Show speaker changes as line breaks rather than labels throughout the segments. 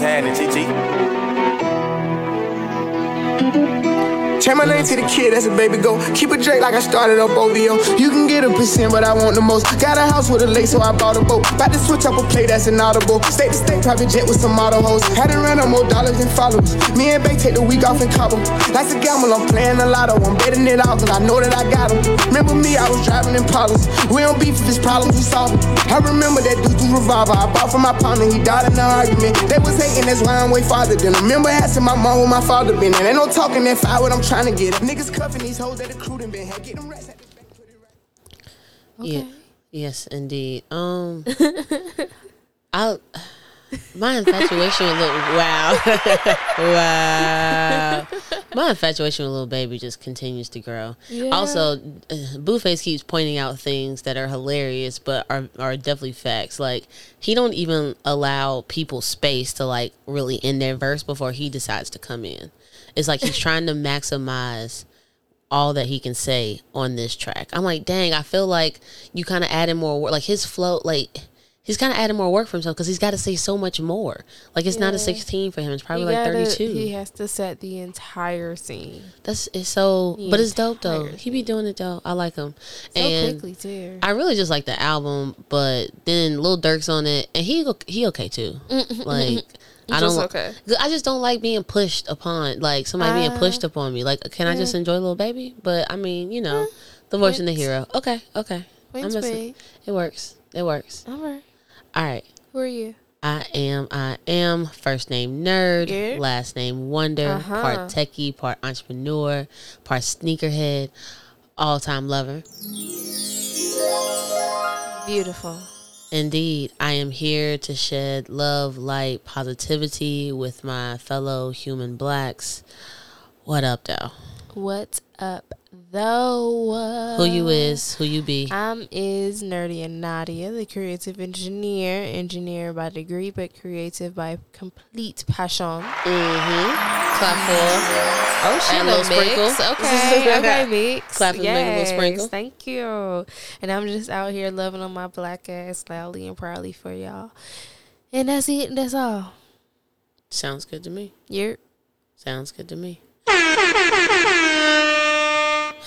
Brandon TT.
Change my name to the kid, that's a baby go. Keep a Drake like I started up OVO. You can get a percent, but I want the most. Got a house with a lake, so I bought a boat. About to switch up a play, that's inaudible. State to state, private jet with some auto hoes. Had to run up more dollars than followers. Me and Bay take the week off in Cabo. That's a gamble, I'm playing a lotto. I'm betting it out, cause I know that I got 'em. Remember me, I was driving in Pollers. We don't beef if it's problems, we solve 'em. I remember that dude's revolver. I bought from my partner, he died in an argument. They was hating, that's why I'm way farther than 'em. Remember asking my mom where my father been. And ain't no talking that fire, what I'm trying to get. Niggas cuffing these hoes that the crew done been had. Get them rats at the back, put it right.
Yeah. Yes, indeed. Um, I my infatuation with little wow, wow. My infatuation with little baby just continues to grow. Also, uh, Blueface keeps pointing out things that are hilarious, but are are definitely facts. Like he don't even allow people space to like really end their verse before he decides to come in. It's like he's trying to maximize all that he can say on this track. I'm like, dang, I feel like you kind of added more work. Like his flow, like he's kind of adding more work for himself because he's got to say so much more. Like it's not a 16 for him; it's probably
He
like
gotta-
32.
He has to set the entire scene
That's it's so,
The
but it's dope though.
entire
He be doing it though. I like him.
so
and
quickly too.
I really just like the album, but then Lil Durk's on it, and he o- he okay too. Like I don't
Just
li- Uh,
okay.
I just don't like being pushed upon, like somebody being
Ah.
pushed upon me. Like, can I just enjoy Lil Baby? But I mean, you know, the voice and the hero. Okay, okay, I'm
Wings
messing-
wing.
It works. It works.
All right.
All right.
Who are you?
I am, I am. First name nerd,
Yeah.
last name wonder,
Uh-huh.
part techie, part entrepreneur, part sneakerhead, all time lover.
Beautiful.
Indeed, I am here to shed love, light, positivity with my fellow human blacks. What up, though?
What's up, though?
Who you is, who you be.
I'm is Nerdy and Nadia, the creative engineer, engineer by degree, but creative by complete passion.
Mm-hmm. Clap
Oh, she
And a
done
little sprinkle.
mixed. Okay, okay, mix.
Clap and make a little
Yes,
sprinkle.
Thank you. And I'm just out here loving on my black ass loudly and proudly for y'all. And that's it. That's all.
for. Sounds good to me.
You're
Sounds good to me.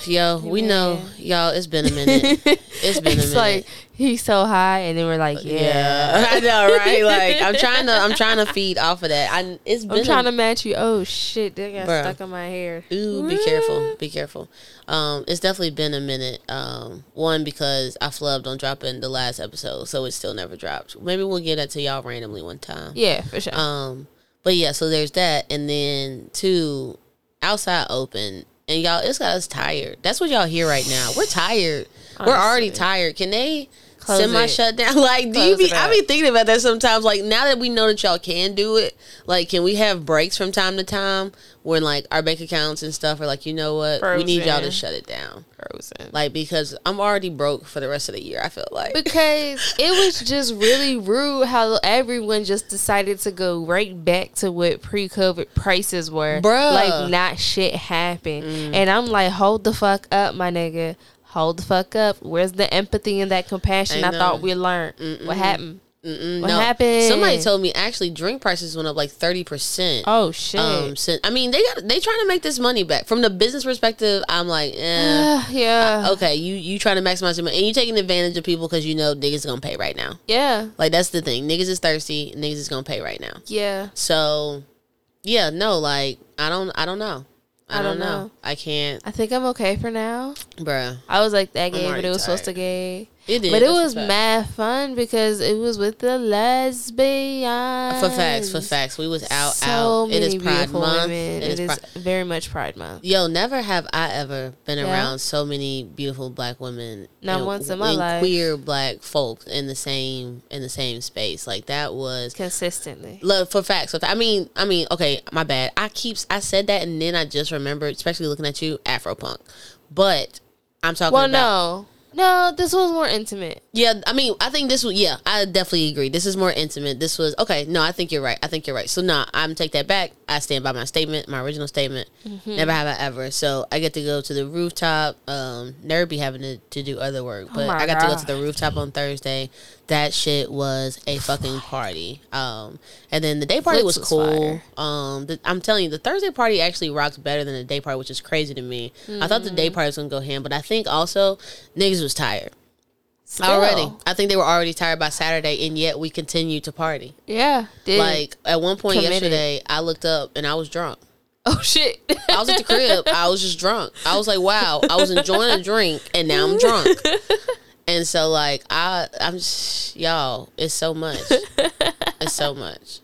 Yo, we
Yeah.
know y'all. It's been a minute. It's been a
it's
minute.
like he's so high, and then we're like, yeah.
yeah, I know, right? Like I'm trying to, I'm trying to feed off of that. I it's been
I'm
a-
trying to match you. Oh shit, that got
Bruh.
stuck in my hair.
Ooh, be careful. Be careful. Um, it's definitely been a minute. Um, one because I flubbed on dropping the last episode, so it still never dropped. Maybe we'll get that to y'all randomly one time.
Yeah, for sure.
Um, but yeah, so there's that, and then two, outside open, and y'all, it's got us tired. That's what y'all hear right now. We're tired. We're already tired. Can they?
Close
Semi
it.
shut down. Like, do you
Close
be?
it
I
up.
be thinking about that sometimes. Like, now that we know that y'all can do it, like, can we have breaks from time to time when like our bank accounts and stuff are like, you know what, we need y'all to
Frozen.
shut it down.
Frozen.
Like, because I'm already broke for the rest of the year. I feel like
because it was just really rude how everyone just decided to go right back to what pre-COVID prices were.
Bruh. Mm.
Like not shit happened. And I'm like, hold the fuck up, my nigga. Hold the fuck up. Where's the empathy and that compassion
I
I,
know.
thought we learned? What happened?
Mm,
What happened?
Somebody told me actually drink prices went up like thirty percent.
Oh shit.
Um, since, I mean, they got they trying to make this money back. From the business perspective, I'm like, eh,
yeah.
okay, you you trying to maximize your money and you taking advantage of people because you know niggas gonna pay right now.
Yeah.
Like that's the thing, niggas is thirsty, niggas is gonna pay right now.
Yeah.
So, yeah, no, like I don't I don't know, I, don't, know. I can't,
I think I'm okay for now.
bruh.
I was like that gay, but
already
it was supposed to
tired.
gay.
It is,
But it
that's a
was
fact.
mad fun because it was with the lesbians.
for facts for facts. We was out
So
out. It
many
is Pride
beautiful
Month.
women.
it is. Pride.
very much Pride Month.
Yo, never have I ever been
Yeah.
around so many beautiful black women.
Not
and-
once in my
and
life.
Queer black folk in the same in the same space like that was.
Consistently.
Look for facts. So I mean, I mean, okay, my bad. I keep I said that and then I just remembered, especially looking at you, Afropunk. But I'm talking
Well,
about
no. No, this one's more intimate.
yeah, I mean, I think this was yeah, I definitely agree. This is more intimate. This was okay. No, I think you're right. I think you're right. So nah, I'm take that back. I stand by my statement, my original statement.
Mm-hmm.
Never have I ever. So I get to go to the rooftop. Um, never be having to, to do other work, but
Oh my
I got to go
God.
to the rooftop on Thursday that shit was a fucking party. Um, and then the day party
Flips
was,
was
cool. Um, the, I'm telling you, the Thursday party actually rocked better than the day party, which is crazy to me. I thought the
Mm.
day party was gonna go ham, but I think also niggas was tired already.
Still.
I think they were already tired by Saturday, and yet we continued to party.
Yeah. Did.
Like at one point
Mm. Committed.
yesterday, I looked up and I was drunk.
oh shit.
I was at the crib. I was just drunk. I was like, wow. I was enjoying a drink, and now I'm drunk. And so, like, I, I'm just, y'all. It's so much. It's so much.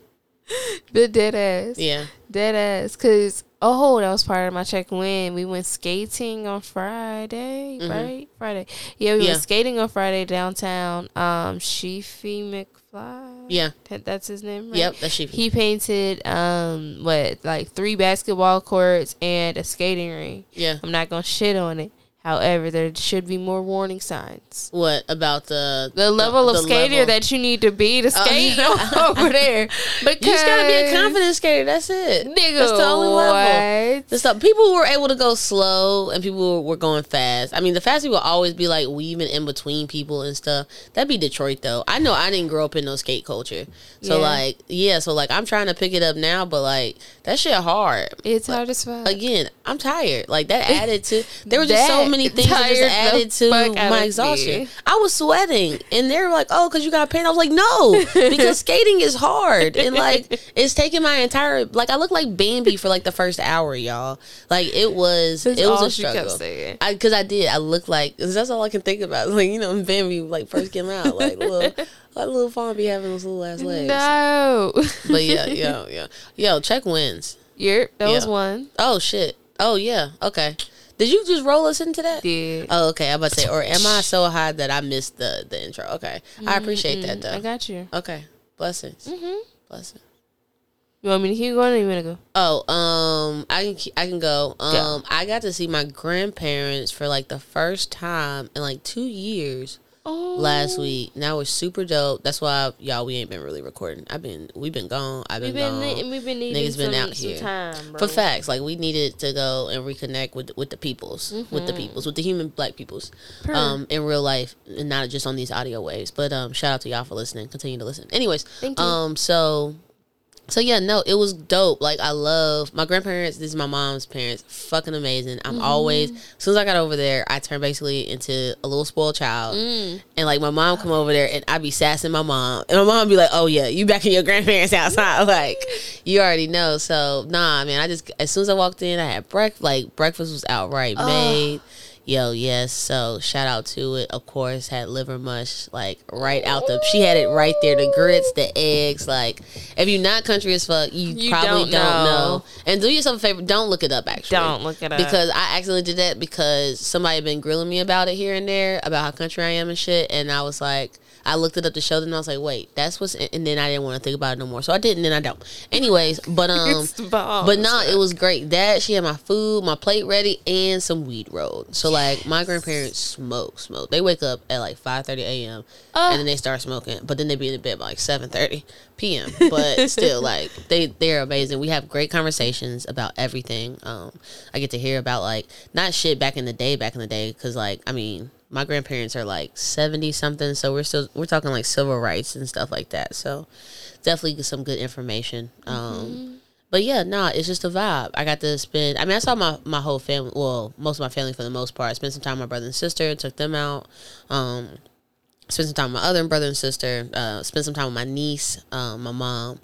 the dead ass.
Yeah.
Dead ass. Cause oh, that was part of my check win. We went skating on Friday, right? Friday. Yeah, we
Mm-hmm. Yeah.
went skating on Friday downtown. Um, Sheafy McFly.
Yeah.
That- that's his name. Right?
Yep. That's she.
He painted um what like three basketball courts and a skating ring.
Yeah.
I'm not gonna shit on it. However, there should be more warning signs.
What about the
The level of
the
skater
level? Oh,
that you need to be to skate
yeah.
over there. Because
you just gotta be a confident skater. That's it.
nigga.
That's the only level.
what?
The stuff people were able to go slow and people were going fast. I mean, the fast people always be like weaving in between people and stuff. That'd be Detroit though. I know I didn't grow up in no skate culture, so
Yeah.
like yeah, so like I'm trying to pick it up now, but like that shit hard.
It's hard as fuck.
Again, I'm tired. Like that added to there were just so
That
many things that just
tired the
added to
fuck out of
my
me.
exhaustion. I was sweating, and they were like, "Oh, because you got pain." I was like, "No, because skating is hard, and like it's taking my entire like I look like Bambi for like the first hour, y'all. Like it was,
That's
it was
all
a
she kept
struggle.
saying.
I because I did. I looked like 'cause that's all I can think about. Like you know, Bambi like first came out, like little, like little fawn be having those little ass legs.
no.
But yeah, yeah, yeah, yo, check wins.
Yep, that was
Yeah.
one.
Oh shit. Oh yeah. Okay. Did you just roll us into that?
Did.
Oh, okay. I'm about to say, or am I so high that I missed the the intro? Okay. I appreciate that
Mm-hmm. I
though.
got you.
Okay. Blessings.
Mm-hmm.
Blessings.
You want me to keep going or you want to go?
Oh, um, I can ke- I can go. Um, I got to see my grandparents for like the first time in like two years
Oh.
last week. And that was super dope. That's why y'all we ain't been really recording. I've been we've been gone. I've been,
Oh, We've been,
gone.
ne- we've been needing
Niggas
some,
been out
some
here.
time, bro.
for facts like we needed to go and reconnect with with the peoples with the peoples with the human black peoples
Purr.
um in real life and not just on these audio waves but um shout out to y'all for listening continue to listen anyways
Thank you.
um so so yeah no it was dope like i love my grandparents this is my mom's parents fucking amazing i'm
Mm-hmm.
always as soon as i got over there i turned basically into a little spoiled child
Mm.
and like my mom come over there and i be sassing my mom and my mom be like oh yeah you back in your grandparents house huh? like you already know so nah man i just as soon as i walked in i had breakfast like breakfast was outright made Yo, yes. So shout out to it. Of course, had liver mush like right out the. She had it right there. The grits, the eggs. Like, if you're not country as fuck, you,
You
probably don't,
don't
know.
know.
And do yourself a favor. Don't look it up. Actually,
Don't look it up.
because I accidentally did that because somebody had been grilling me about it here and there about how country I am and shit. And I was like, I looked it up to show them. And I was like, wait, that's what's. In, and then I didn't want to think about it no more. So I didn't. And I don't. Anyways, but um,
It's the bomb.
but no, it was great. That she had my food, my plate ready, and some weed rolled. So like my grandparents smoke, smoke. They wake up at like five thirty a.m.
Ah.
and then they start smoking, but then they be in bed by like seven thirty p.m. But still, like they they're amazing. We have great conversations about everything. Um, I get to hear about like not shit back in the day, back in the day, because like I mean. My grandparents are like seventy something, so we're still we're talking like civil rights and stuff like that. So, definitely some good information. Um, but yeah, nah, it's just a vibe. I got to spend. I mean, I saw my my whole family. Well, most of my family for the most part. I spent some time with my brother and sister. Took them out. Um, spent some time with my other brother and sister. Uh, spent some time with my niece, um, my mom.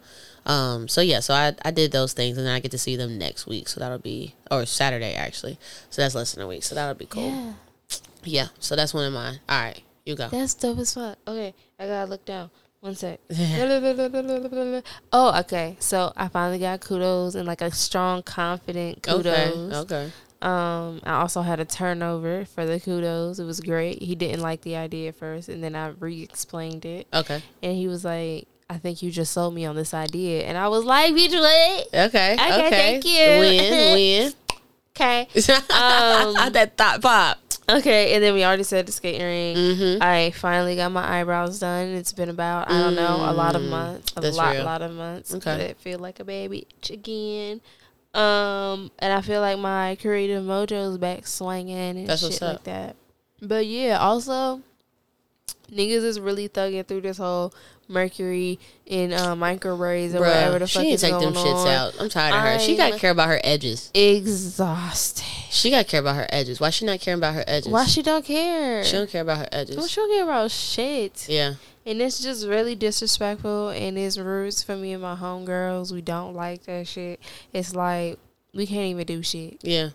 Um, so yeah, so I, I did those things, and then I get to see them next week. So that'll be or Saturday actually. So that's less than a week. So that'll be cool. Yeah.
Yeah,
so that's one of mine. All right, you go.
that's dope as fuck. Okay, I gotta look down. One sec. oh, okay. So I finally got kudos and like a strong, confident
Okay.
kudos.
Okay.
Um, I also had a turnover for the kudos. It was great. He didn't like the idea at first, and then I re-explained it,
Okay.
and he was like, "I think you just sold me on this idea," and I was like, "Bitch, what?
Okay. Okay.
thank you.
Win. Win.
Okay."
um, that thought pop.
Okay, and then we already said the skating ring.
Mm-hmm.
I finally got my eyebrows done. It's been about I don't know a lot of months, a
Mm, that's
lot,
real.
lot of months.
Okay.
but I feel like a baby itch again. Um, and I feel like my creative mojo's back swinging and
That's
shit
what's
like
up.
that. But yeah, also niggas is really thugging through this whole Mercury and uh, micro rays or
Bruh,
whatever the
she
fuck
need
is
to take
going
them shits
on.
out. I'm tired of her. She got to
I'm-
care about her edges.
Exhausted.
She got to care about her edges. Why she not caring about her edges?
Why she don't care?
she don't care about her edges?
Well, she don't care about shit.
yeah,
And it's just really disrespectful and it's rude for me and my homegirls. We don't like that shit. It's like we can't even do shit.
yeah.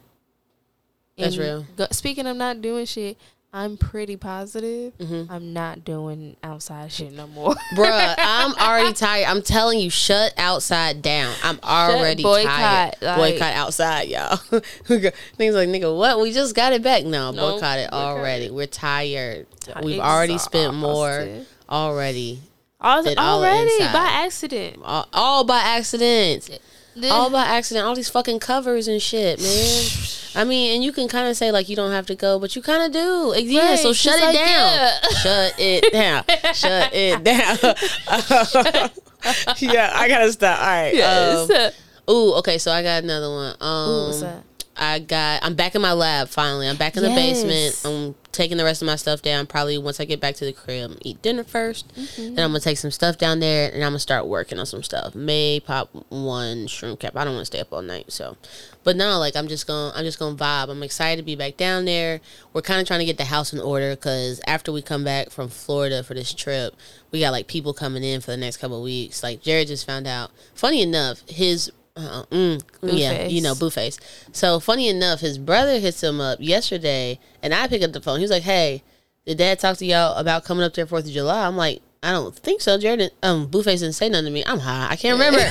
That's
And
real.
Go, speaking of not doing shit, I'm pretty positive.
Mhm.
I'm not doing outside shit no more.
Bruh, I'm already tired. I'm telling you, shut outside down. I'm already
boycott,
tired.
like-
boycott outside, y'all. Things like, nigga, what? We just got it back. No,
No,
boycott it
boycott
already. We're tired. We've already spent more
Exhausted.
already.
I was
than all
already
inside.
by accident. um,
All, all by accident. All by accident. All these fucking covers and shit, man. I mean, and you can kind of say like you don't have to go, but you kind of do. Like, Yeah,
Right,
so shut
just
it
like,
down.
yeah.
Shut it down. shut it down. yeah, I gotta stop. All right.
Yes.
um, ooh, okay. So I got another one. Um,
Ooh, what's that?
I got. I'm back in my lab finally. I'm back in the basement.
Yes.
I'm taking the rest of my stuff down. Probably once I get back to the crib, eat dinner 1st Then I'm gonna take some stuff down there, and I'm gonna start working on some stuff. May pop one shrimp cap. I don't want to stay up all night, so. But no, like I'm just gonna I'm just gonna vibe. I'm excited to be back down there. We're kind of trying to get the house in order because after we come back from Florida for this trip, we got like people coming in for the next couple of weeks. Like Jared just found out. Funny enough, his uh, mm, yeah, you
Blueface.
know, Blueface. So funny enough, his brother hits him up yesterday, and I pick up the phone. He was like, "Hey, did Dad talk to y'all about coming up there Fourth of July?" I'm like, "I don't think so, Jared." didn't- Um, Blueface didn't say nothing to me. I'm high. I can't remember.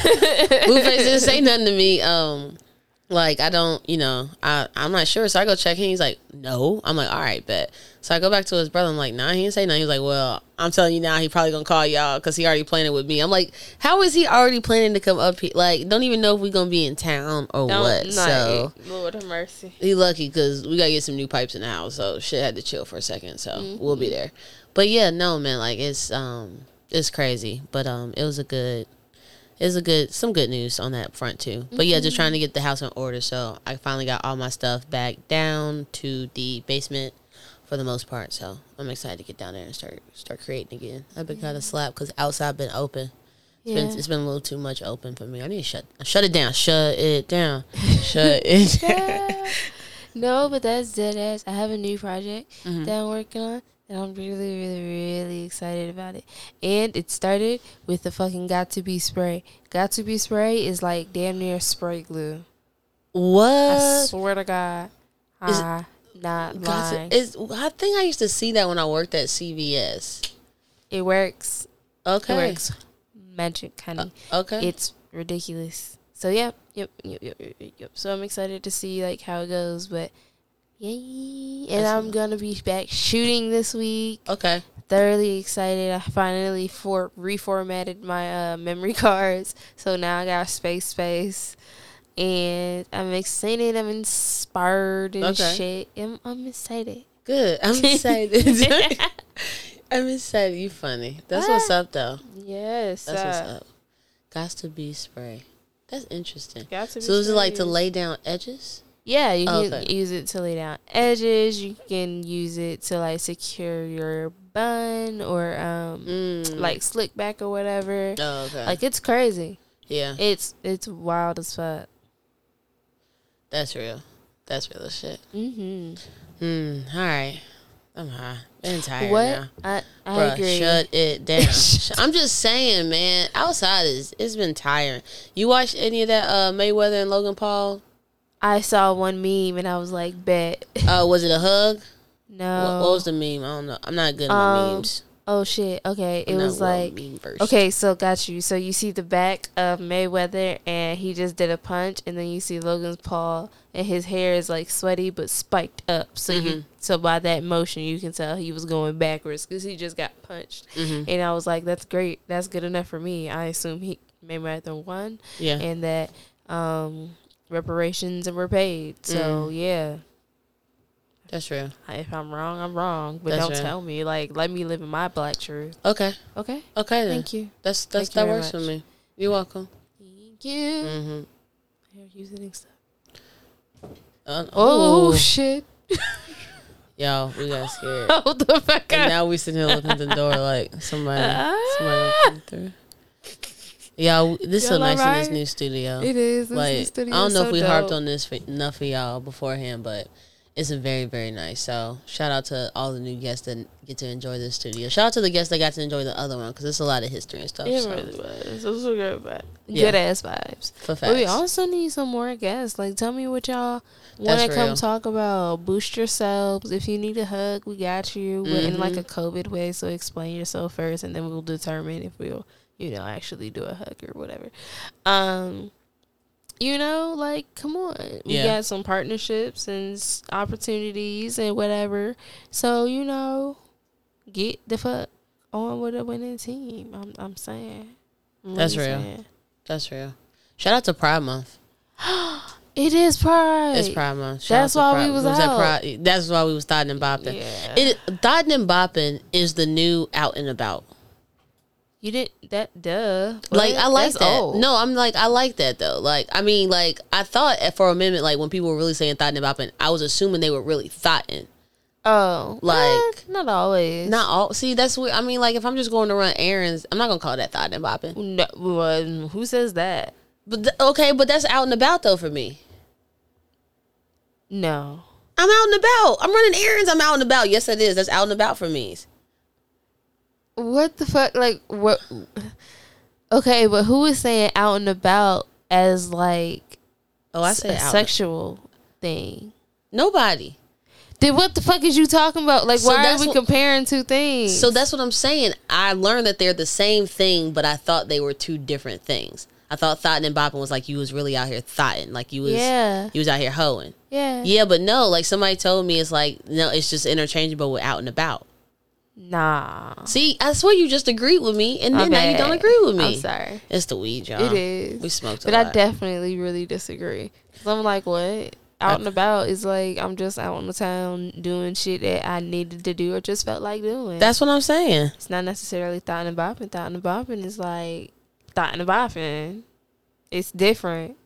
Blueface didn't say nothing to me. Um, like I don't, you know, I I'm not sure. So I go check him. He's like, "No." I'm like, "All right, bet." So I go back to his brother. I'm like, "Nah, he didn't say nothing." He's like, "Well, I'm telling you now, he probably gonna call y'all because he already planning with me." I'm like, "How is he already planning to come up here? Like, don't even know if we gonna be in town or
Don't-
what."
not-
so
Lord have mercy.
he lucky because we gotta get some new pipes in the house, so shit had to chill for a second. So we'll be there. But yeah, no man, like it's um it's crazy, but um it was a good it was a good some good news on that front too. But yeah, just trying to get the house in order. So I finally got all my stuff back down to the basement for the most part. So I'm excited to get down there and start start creating again. I've been kind of slapped because outside been open. It's been, it's been a little too much open for me. I need to shut shut it down. Shut it down. Shut it down.
No, but that's dead ass. I have a new project that I'm working on, and I'm really, really, really excited about it. And it started with the fucking got to be spray. Got to be spray is like damn near spray glue. Uh, I
What?
swear to God,
Is-
I not
Gotcha.
lying.
Is I think I used to see that when I worked at CVS.
It works.
Okay.
It works. Magic, kind of.
Okay.
it's ridiculous. So yeah, yep, yep, yep, yep, yep, yep. So I'm excited to see like how it goes, but yay! And I'm gonna be back shooting this week.
okay.
Thoroughly excited. I finally for reformatted my uh, memory cards, so now I got space space, and I'm excited. I'm inspired and
Okay.
shit. I'm, I'm excited.
Good. I'm excited. I'm excited. You funny. That's what's
Ah.
up though.
Yes.
That's what's
uh,
up. Got to be spray. That's interesting.
Got to be
so is it like to
spray.
lay down edges?
Yeah, you can
Okay.
use it to lay down edges. You can use it to like secure your bun or um
Mm.
like slick back or whatever.
Oh, okay.
Like it's crazy.
yeah.
It's it's wild as fuck.
that's real. That's real as shit.
Mm-hmm.
Mm, all right. I'm high. I'm tired
What
now.
I I
Bruh,
agree.
Shut it down. I'm just saying, man. Outside is it's been tiring. You watch any of that uh, Mayweather and Logan Paul?
I saw one meme and I was like, bet.
Uh, was it a hug?
no.
What, what was the meme? I don't know. I'm not good at
Uh, Um,
memes.
oh shit. Okay, it
I'm not
was
well
like
meme versed.
Okay, so got you. So you see the back of Mayweather, and he just did a punch, and then you see Logan's paw, and his hair is like sweaty but spiked up. So
Mm-hmm.
you, so by that motion, you can tell he was going backwards because he just got punched.
Mm-hmm.
And I was like, that's great. That's good enough for me. I assume he Mayweather won,
Yeah.
and that um, reparations were paid. So
Mm.
yeah,
That's real.
I- if I'm wrong, I'm wrong. But
That's
don't
right.
tell me. Like, let me live in my black truth.
Okay.
Okay.
Okay. Then.
Thank you.
That's that's that
Thank you very
works for
much.
me. You're welcome.
Thank you.
Mm-hmm.
Here, use the next
Uh,
Oh
ooh.
shit!
Y'all, we got scared.
Hold the fuck
and
up.
now we sitting here looking at the door like somebody,
Ah.
somebody come through. Y'all, this is so
Y'all
nice in this
alright?
new studio.
It is. This
like
is studio
I don't know
so
if we harped
dope.
on this for, enough for y'all beforehand, but it's a very very nice. So shout out to all the new guests that get to enjoy this studio. Shout out to the guests that got to enjoy the other one because it's a lot of history and stuff.
It
so,
really was. It was a good vibe.
Yeah.
Good ass vibes.
for
But
facts.
we also need some more guests. Like, tell me what y'all want
That's
to come
real.
talk about. Boost yourselves. If you need a hug, we got you. We're in like
Mhm.
a COVID way, so explain yourself first, and then we'll determine if we'll, you know, actually do a hug or whatever. Um, you know, like, come on, we
Yeah.
got some partnerships and s- opportunities and whatever. So you know, get the fuck on with a winning team. I'm, I'm saying. I'm
That's
really
real.
saying.
That's real. Shout out to Pride Month.
It is pride.
It's Pride Month. Shout
That's
out to
why we
Pride-
was
at
out.
Pride- That's why we was thotting and bopping.
Yeah.
It thotting and bopping is the new out and about.
You didn't that duh.
Like I like
That's
that.
old.
No, I'm like I like that though. Like I mean, like I thought at- for a minute, like when people were really saying thotting and bopping, I was assuming they were really thotting.
Oh.
Like-
eh, not always.
Not all. See, that's what I mean. Like if I'm just going to run errands, I'm not gonna call that thotting and bopping.
no well, who says that?
But th- okay, but that's out and about though for me.
No.
I'm out and about. I'm running errands. I'm out and about. Yes, it is. That's out and about for me.
What the fuck like what Okay, but who is saying out and about as like
Oh, I said
a
out.
sexual thing?
Nobody.
Then what the fuck is you talking about? Like
So
why are
that's
we
what-
comparing two things?
So that's what I'm saying. I learned that they're the same thing, but I thought they were two different things. I thought thotting and bopping was like you was really out here thotting, like you was
Yeah.
you was out here hoeing.
Yeah.
Yeah, but no, like somebody told me it's like no, it's just interchangeable with out and about.
Nah.
See, I swear you just agreed with me, and
Oh. My
then now you don't
bad.
agree with me.
I'm sorry.
It's the weed, y'all.
It is.
Um, We smoked a
But
lot.
I definitely really disagree. i I'm like, what? Out and about is like I'm just out on the town doing shit that I needed to do or just felt like doing.
That's what I'm saying.
it's not necessarily thought and bopping. Thought and bopping is like thought and bopping. It's different.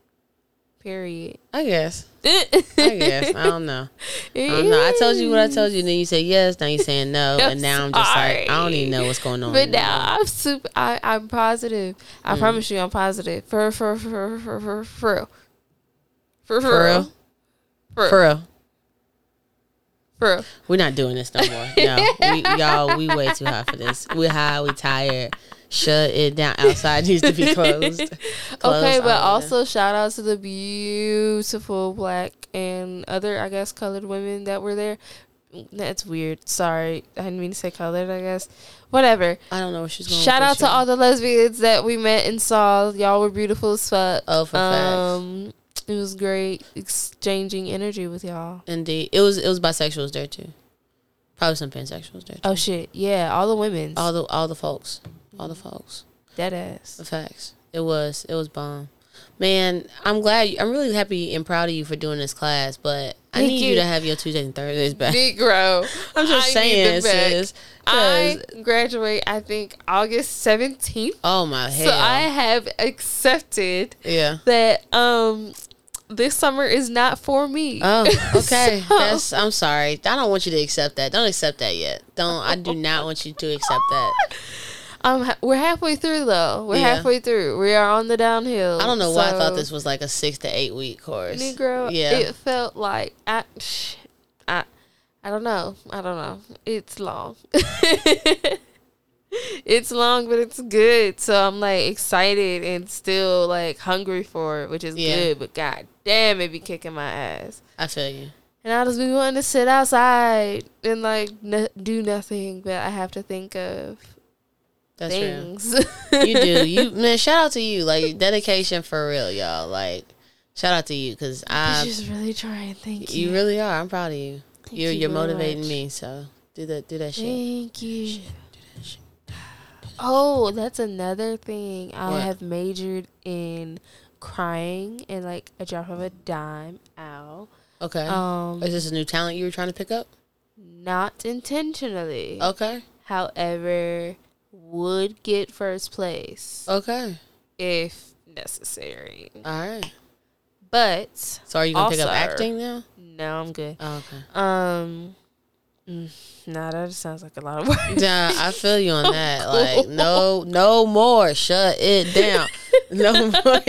Period.
I guess.
I
I guess. I don't know. I don't know. I told you what I told you, and then you said yes. Now you're saying no,
I'm
and now I'm just like I don't even know what's going on.
But now I'm super. I, I'm positive. I
Mm.
promise you, I'm positive. For for for for for for real.
for
For for
real,
real.
for real.
For real.
We're not doing this no more. No, we, y'all, we way too high for this. We high, we tired. Shut it down. Outside needs to be closed.
Okay,
Closed
but
all
also shout out to the beautiful black and other, I guess, colored women that were there. That's weird. Sorry, I didn't mean to say colored. I guess, whatever.
I don't know where she's going.
Shout out to all the lesbians that we met and saw. Y'all were beautiful as fuck.
Oh, for
um, it was great exchanging energy with y'all.
Indeed, it was it was bisexuals there too. Probably some pansexuals there. Too.
Oh shit, yeah, all the women.
All the all the folks, all the folks.
Dead ass.
The facts. It was it was bomb. Man, I'm glad. You, I'm really happy and proud of you for doing this class, but I
Thank
need you.
you.
to have your Tuesdays and Thursdays back.
Negro.
I'm just
I need
saying,
them back.
sis. 'cause-
I graduate. I think August seventeenth.
oh my hell.
So I have accepted
yeah.
that um this summer is not for me.
Oh, okay.
So-
That's I'm sorry. I don't want you to accept that. Don't accept that yet. Don't I do not want you to accept that.
um ha- we're halfway through though. We're
Yeah.
halfway through. We are on the downhill.
I don't know why I thought
So,
this was like a 6 to 8 week course.
Negro.
Yeah.
It felt like I sh- I I don't know. I don't know. It's long. It's long, but it's good. So I'm like excited and still like hungry for it, which is
Yeah.
good. But god damn, it be kicking my ass.
I feel you.
And I'll just be wanting to sit outside and like n- do nothing, but I have to think of
That's real.
things.
you do. You man, shout out to you. Like dedication for real, y'all. Like shout out to you cuz
I'm
I
just really trying. Thank you.
you really are. I'm proud of you. You're
you
you're
very
motivating
much.
me, so do that do that shit.
Thank you. Oh, that's another thing. I
What?
have majored in crying and like a drop of a dime out.
Okay.
Um,
Is this a new talent you were trying to pick up?
not intentionally.
Okay.
However, would get first
Oh.
place
Okay.
if necessary.
All right.
But
So are you going to pick up
Also-
acting now?
no, I'm good.
Oh, okay.
Um, Nah, that just sounds like a lot of work.
Nah, I feel you on that. Like, no, no more. Shut it down. No more.
like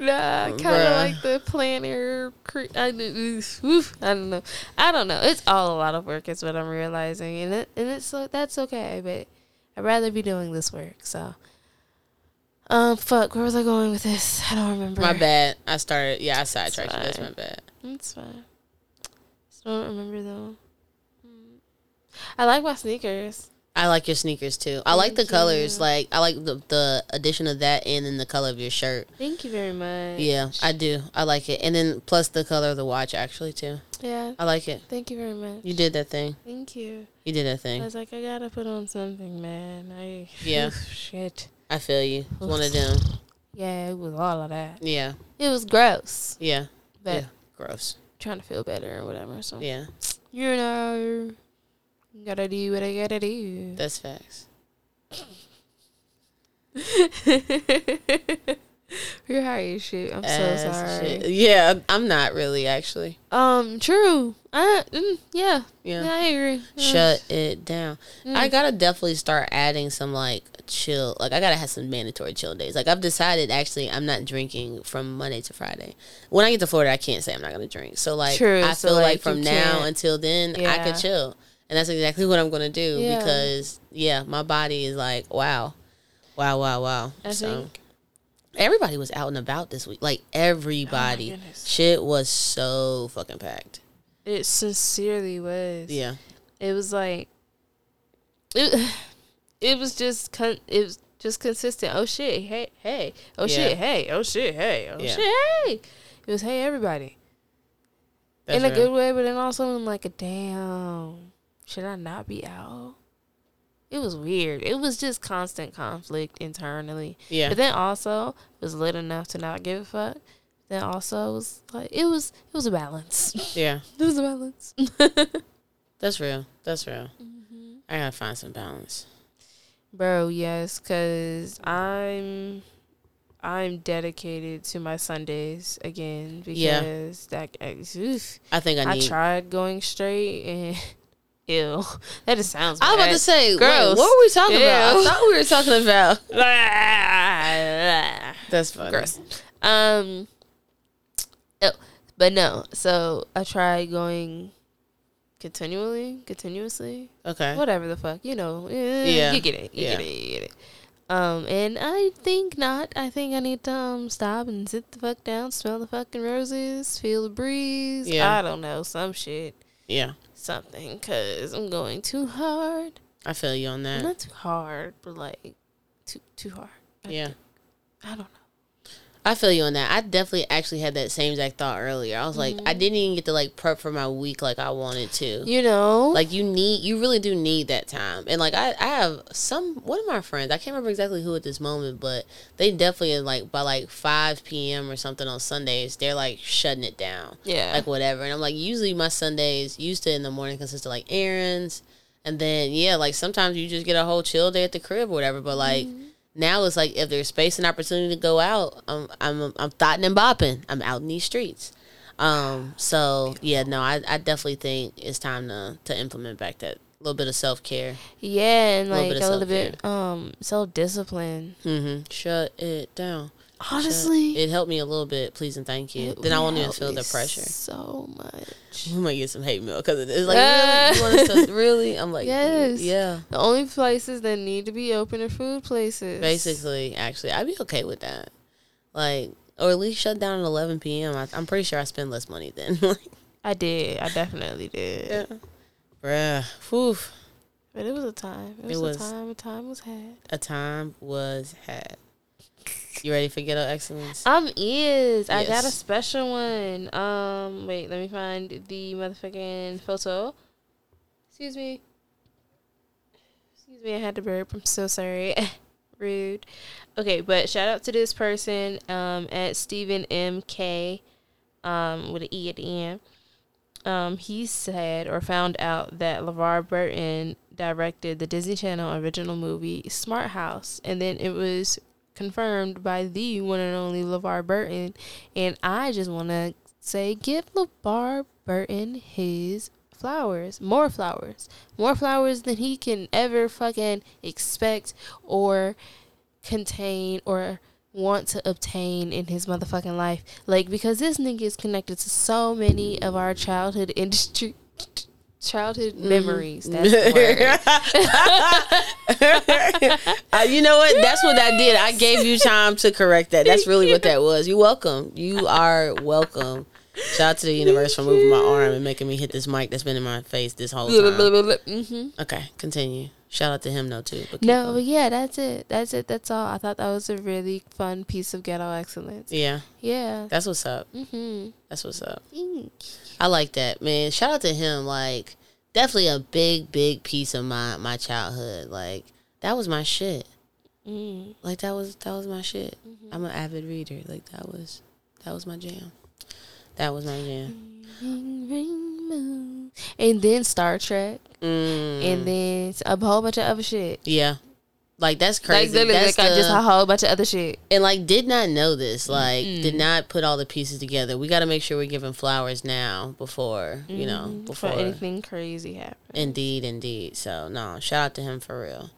nah, kind of
Bruh.
like the planner. Cre- I, do- oof, I don't know. I don't know. It's all a lot of work. Is what I'm realizing, and it, and it's like that's okay. But I'd rather be doing this work. So, um, fuck. Where was I going with this? I don't remember.
my bad. I started. Yeah, I sidetracked you. That's my
fine.
bad.
It's fine. Still don't remember though. Mm. I like my sneakers.
I like your sneakers too. I like the
Thank
colors.
you.
Like, I like the, the addition of that and then the color of your shirt.
Thank you very much.
Yeah, I do. I like it. And then plus the color of the watch, actually, too.
Yeah.
I like it.
Thank you very much.
You did that thing.
Thank you.
You did that
I
thing.
was like, I gotta put on something, man. I
Yeah.
shit.
I feel you. It's One of them.
Yeah, it was all of that.
Yeah.
It was gross,
Yeah.
but
Yeah. Gross.
trying to feel better or whatever. So
Yeah.
you know, gotta do what I gotta do.
That's facts.
You're high as shit. I'm
As
so sorry.
shit. Yeah, I'm not really actually.
Um, true. I mm, yeah,
Yeah.
I agree.
Shut it down.
Mm.
I gotta definitely start adding some like chill. Like I gotta have some mandatory chill days. Like I've decided actually I'm not drinking from Monday to Friday. When I get to Florida, I can't say I'm not gonna drink. So like
True.
I
So,
feel like,
like,
from
you
now
can't-
until then I
Yeah.
could chill, and that's exactly what I'm gonna do
Yeah.
because yeah, my body is like wow, wow, wow, wow.
I
so
think-
everybody was out and about this week. Like everybody,
Oh goodness.
shit was so fucking packed.
It sincerely was.
Yeah,
It was like it. It was just con- it was just consistent. Oh shit! Hey hey! Oh
Yeah.
shit! Hey! Oh shit! Hey! Oh
Yeah.
shit! Hey! It was hey everybody
that's
in a
real.
good way, but then also in like a damn. Should I not be out? It was weird. It was just constant conflict internally.
Yeah.
But then also it was lit enough to not give a fuck. Then also it was like it was it was a balance.
yeah.
it was a balance.
That's real. That's real. I gotta find some balance.
Bro, yes, cause I'm I'm dedicated to my Sundays again
Yeah.
because that oof,
I think I
I,
need.
tried going straight and ew. That just sounds
I was about
bad.
to say, wait,
Gross.
what were we talking about? I
Ew.
thought we were talking about. That's funny.
gross. Um, oh, but no. So I tried going continually, continuously,
Okay.
whatever the fuck, you know.
Yeah.
Yeah, you get it. You
Yeah.
get it. You get it. Um, and I think not. I think I need to um stop and sit the fuck down, smell the fucking roses, feel the breeze.
Yeah.
I don't know, some shit,
Yeah,
something, cause I'm going too hard.
I feel you on that.
Not too hard, but like too too hard. I
Yeah,
I don't know.
I feel you on that. I definitely actually had that same exact thought earlier. I was like, I didn't even get to like prep for my week like I wanted to.
You know,
Like you need, you really do need that time. And like I, I have some one of my friends. I can't remember exactly who at this moment, but they definitely like by like five p.m. or something on Sundays, they're like shutting it down.
yeah,
like whatever. And I'm like, usually my Sundays used to in the morning consist of like errands, and then yeah, like sometimes you just get a whole chill day at the crib or whatever. But like now it's like if there's space and opportunity to go out, I'm I'm I'm thotting and bopping. I'm out in these streets. Um. So yeah, no, I I definitely think it's time to to implement back that little bit of self care.
Yeah, and
Little
like
bit
a
of
little bit um self discipline.
Mm-hmm. Shut it down.
Honestly,
It helped me a little bit. Please and thank you. Then I won't even feel the pressure.
so much.
We might get some hate mail because it's like,
Uh.
really? You want us to, really? I'm like,
Yes.
yeah.
The only places that need to be open are food places.
Basically, actually, I'd be okay with that. Like, or at least shut down at 11 p.m. I, I'm pretty sure I spend less money then. like,
I did. I definitely did.
yeah. Bruh. Whew.
But it was a time. It was,
was.
a time. A time was had.
A time was had. You ready for ghetto excellence?
I'm is. I got a
Yes.
special one. Um, wait. Let me find the motherfucking photo. Excuse me. Excuse me. I had to burp. I'm so sorry. Rude. Okay, but shout out to this person um, at Stephen M K, um, with an E at the end. Um, he said or found out that LeVar Burton directed the Disney Channel original movie Smart House, and then it was confirmed by the one and only LeVar Burton. And I just want to say, give LeVar Burton his flowers, more flowers, more flowers than he can ever fucking expect or contain or want to obtain in his motherfucking life. Like because this nigga is connected to so many of our childhood industry childhood memories. That's the word.
Uh, you know what? That's what I did. I gave you time to correct that. That's really what that was. You're welcome. You are welcome. Shout out to the universe for moving my arm and making me hit this mic that's been in my face this whole time.
mm-hmm.
Okay, continue. Shout out to him though too. but keep
No,
going.
but yeah, that's it. That's it. That's all. I thought that was a really fun piece of ghetto excellence.
Yeah,
Yeah.
that's what's up.
Mm-hmm.
That's what's up. I like that, man. Shout out to him. Like, definitely a big, big piece of my my childhood. Like, that was my shit.
Mm. Mm-hmm.
Like that was that was my shit. I'm an avid reader. Like that was that was my jam. That was my jam.
Ring, ring, moon. And then Star Trek,
Mm,
and then a whole bunch of other shit.
yeah, like that's crazy.
Like literally,
That's
like I
the-
just a whole bunch of other shit.
and like did not know this like did not put all the pieces together we got to make sure we're giving flowers now before you know
Before
before
anything crazy happened.
indeed indeed so no shout out to him for real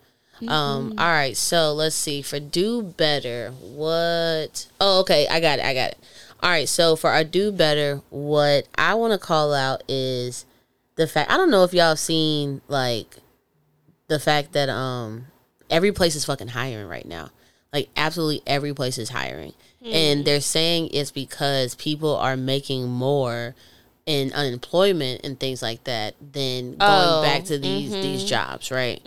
um all right so let's see for do better what oh okay i got it i got it all right so for our do better what i want to call out is the fact i don't know if y'all have seen like the fact that um every place is fucking hiring right now. Like absolutely every place is hiring. And they're saying it's because people are making more in unemployment and things like that than going
Oh,
back to these these jobs, right?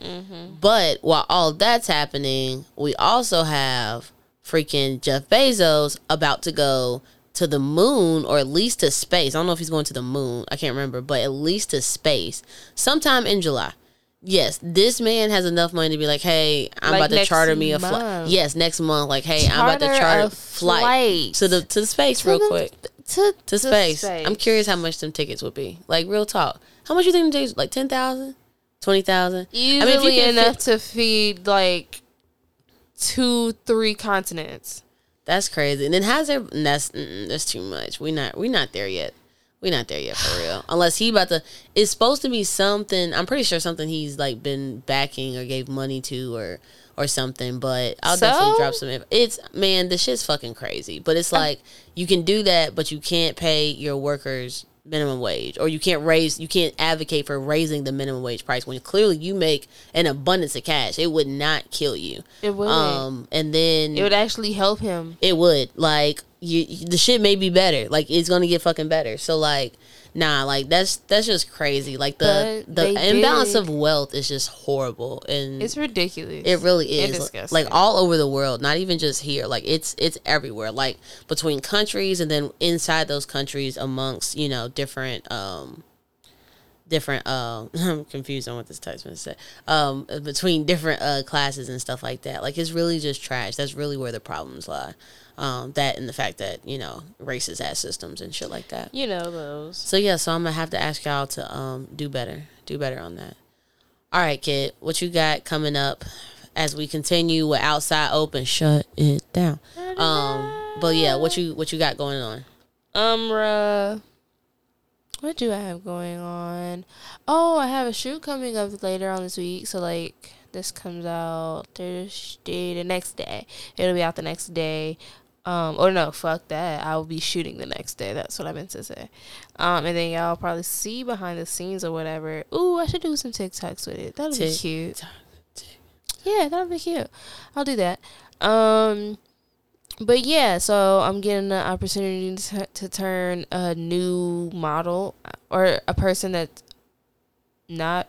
But while all that's happening, we also have freaking Jeff Bezos about to go to the moon or at least to space. I don't know if he's going to the moon. I can't remember, but at least to space sometime in July. Yes, this man has enough money to be like, hey, I'm
Like
about to
next
charter me a flight.
month.
Yes, next month, like, hey, I'm about to
Charter
charter
a
flight,
flight.
to the to the space real
To the-
quick
To,
to space. I'm curious how much them tickets would be. Like real talk, how much you think them tickets? Like ten thousand, twenty thousand?
Easily enough to feed like two, three continents.
That's crazy. And then how's there? and That's mm, that's too much. We not we not there yet. We not there yet for real. Unless he about to. It's supposed to be something. I'm pretty sure something he's like been backing or gave money to or or something. But I'll
So?
definitely drop some. Inf- it's man, the shit's fucking crazy. But
Oh.
it's like you can do that, but you can't pay your workers minimum wage or you can't raise you can't advocate for raising the minimum wage price when clearly you make an abundance of cash it would not kill you
It would.
um and then
it would actually help him.
it would. Like you, you- the shit may be better. Like it's gonna get fucking better. So like, nah, like that's that's just crazy. Like the
But
the
they
imbalance
did.
of wealth is just horrible, and
It's ridiculous.
Mm. it really
and
is. Like-
disgusting.
Like all over the world, not even just here. Like it's it's everywhere. Like between countries, and then inside those countries, amongst you know different um different um I'm confused on what this text message said. Um between different uh classes and stuff like that. Like it's really just trash. That's really where the problems lie. Um that and the fact that, you know, racist ass systems and shit like that.
you know those.
So yeah, so I'm gonna have to ask y'all to um do better. Do better on that. All right, kid, what you got coming up as we continue with outside open, shut it down. Um but yeah, what you what you got going on?
Umra. What do I have going on? Oh, I have a shoot coming up later on this week. So like this comes out Thursday the next day. It'll be out the next day. Um, or no, fuck that. I will be shooting the next day. That's what I meant to say. Um, and then y'all probably see behind the scenes or whatever. Ooh, I should do some TikToks with it. That'll be
Tick-
cute. Yeah, that'll be cute. I'll do that. Um, but yeah, so I'm getting the opportunity to, to turn a new model or a person that's not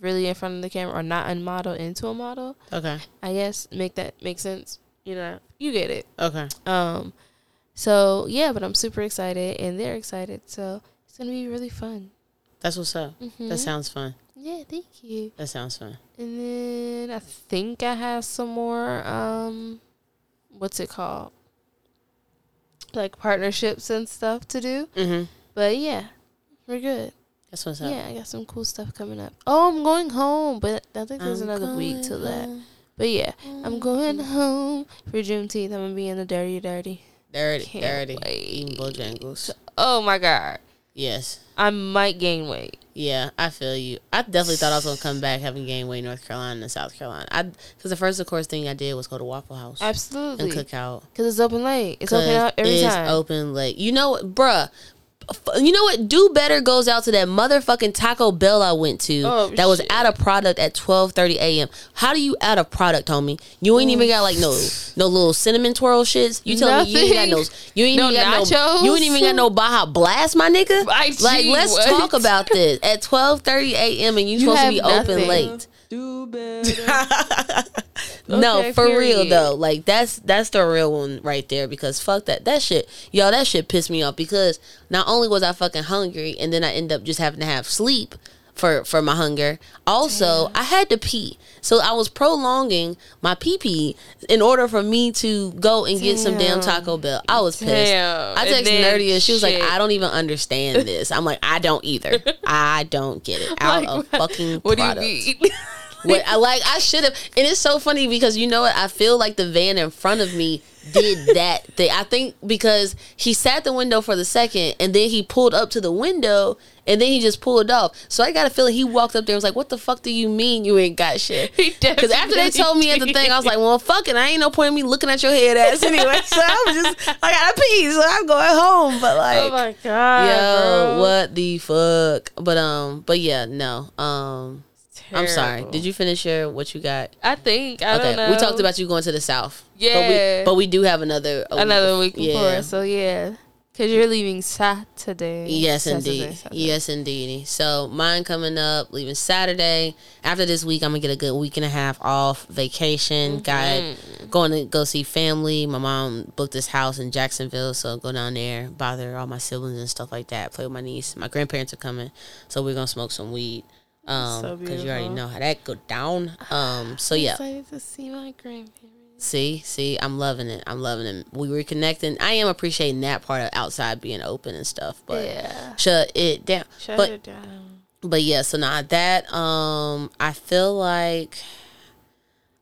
really in front of the camera or not unmodeled into a model.
Okay.
I guess make that make sense. You know, you get it.
Okay.
Um, so yeah, but I'm super excited and they're excited, so it's gonna be really fun. Mm-hmm.
That's what's up. That sounds fun.
Yeah, thank you.
That sounds fun.
And then I think I have some more um what's it called? Like partnerships and stuff to do.
Mm-hmm.
But yeah, we're good.
That's what's up.
Yeah, I got some cool stuff coming up. Oh, I'm going home, but I think there's
I'm
another week
going
till that.
home.
But yeah, I'm going home for Juneteenth. I'm gonna be in the dirty, dirty.
Dirty,
Can't
dirty.
wait.
Eating Bojangles.
Oh my god,
Yes.
I might gain weight.
Yeah, I feel you. I definitely thought I was gonna come back having gained weight in North Carolina and South Carolina. I because the first, of course, thing I did was go to Waffle House
Absolutely.
and
Because
cook out.
it's open late. It's open
'Cause
out every
it's
time.
open late. You know what, bruh? F- You know what? Do better goes out to that motherfucking Taco Bell I went to
Oh,
that was
shit.
out of product at twelve thirty a.m. How do you out of product, homie? You ain't even got like no no little cinnamon twirl shits. You tell me you ain't got
Nothing.
no you ain't
No
even got
nachos.
no you ain't even got no Baja Blast, my nigga.
Like,
like
gee,
let's
what?
talk about this at twelve thirty a.m. and you, supposed to
have
be open
nothing.
late.
Do better.
no,
Okay,
for real
period.
though. Like that's that's the real one right there because fuck that that shit, y'all. That shit pissed me off because not only was I fucking hungry, and then I end up just having to have sleep for for my hunger. Also, I had to pee, so I was prolonging my pee pee in order for me to go and get some damn
Damn.
Taco Bell. I was pissed.
Damn.
I
And
texted
then
Nerdy and she was like,
shit.
"I don't even understand this." I'm like, "I don't either. I don't get it." Out
Like,
of
what-
fucking
What do
product.
you eat?
What I like, I should have. And it's so funny because you know what? I feel like the van in front of me did that thing. I think because he sat the window for the second, and then he pulled up to the window, and then he just pulled off. So I got a feeling he walked up there and was like, "What the fuck do you mean you ain't got shit?"
He
Because after they
definitely
told me at the thing, I was like, "Well, fuck it. I ain't no point in me looking at your head ass anyway." So I was just, I got a pee, so I'm going home. But like,
oh my god.
yo,
bro.
what the fuck? But um, but yeah, no, um. I'm sorry. Did you finish your what you got?
I think I
okay,
don't know.
we talked about you going to the south.
Yeah.
but we, but we do have another a
another week
Yeah.
before. So yeah, because you're leaving Saturday.
Yes,
Saturday,
indeed.
Saturday.
Yes, indeed. So mine coming up, leaving Saturday. After this week, I'm gonna get a good week and a half off vacation.
Mm-hmm.
Got going to go see family. My mom booked this house in Jacksonville, so go down there, bother all my siblings and stuff like that. Play with my niece. My grandparents are coming, so we're gonna smoke some weed. Um,
So
because you already
beautiful.
know how that go down. Um, so yeah.
Excited to see my grandparents.
See, see, I'm loving it. I'm loving it. We reconnecting. I am appreciating that part of outside being open and stuff. But
Yeah.
shut it down.
Shut
but
it down.
but yeah, so now that um I feel like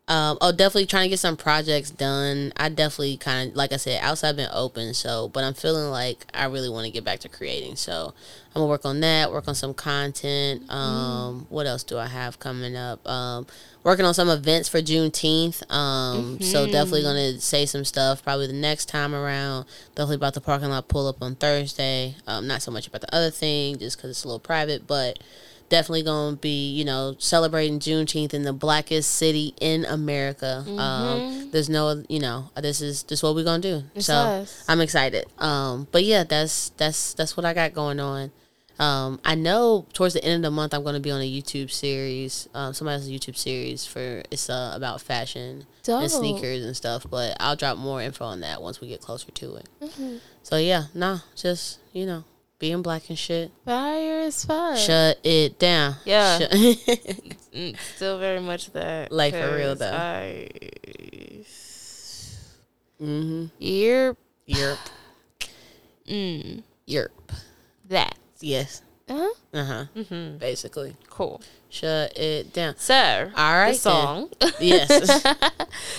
um oh definitely trying to get some projects done. I definitely kind of like I said outside been open so but I'm feeling like I really want to get back to creating. So I'm going to work on that, work on some content. Um what else do I have coming up? Um working on some events for Juneteenth. Um so definitely going to say some stuff probably the next time around. Definitely about the parking lot pull up on Thursday. Um not so much about the other thing just cuz it's a little private, but definitely gonna be you know celebrating juneteenth in the blackest city in america um there's no you know this is this is what we're gonna do
Mm-hmm. It's
so
us.
i'm excited um but yeah that's that's that's what i got going on um i know towards the end of the month i'm gonna be on a youtube series um somebody else's youtube series for it's uh, about fashion
Dope.
and sneakers and stuff but i'll drop more info on that once we get closer to it
Mm-hmm.
so yeah nah just you know being black and shit
Fire is fun.
shut it down
Yeah.
Shut-
Mm.
Still very much that.
Like, for real,
'cause
though.
I,
Mm-hmm.
You're
Europe.
mm,
Europe.
that.
Yes.
Huh?
Uh huh.
Mm-hmm.
Basically,
Cool.
shut it down.
So,
All right.
the song.
then. Yes.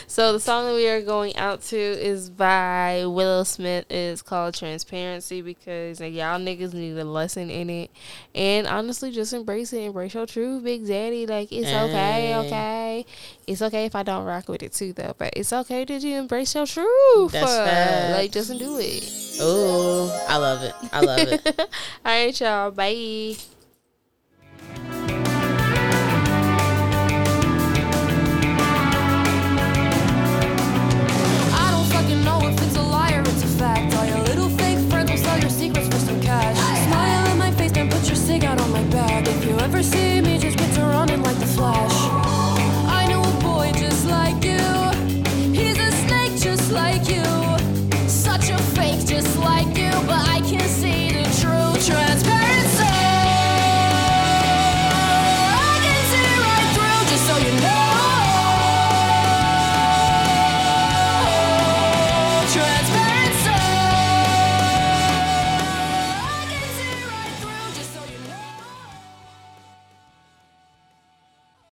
so the song that we are going out to is by Willow Smith. It's called Transparency because y'all niggas need a lesson in it. And honestly, just embrace it. Embrace your truth, Big Daddy. Like it's
Hey.
okay, okay. It's okay if I don't rock with it too, though. But it's okay that you embrace your truth.
That's
Uh,
facts.
Like just do it.
Ooh, I love it. I love it.
All right, y'all. Bye.
I don't fucking know if it's a lie or it's a fact. All your little fake friends will sell your secrets for some cash. Smile in my face, then put your cig out on my back. If you ever see me, just picture running like the flash. I know a boy just like you. He's a snake just like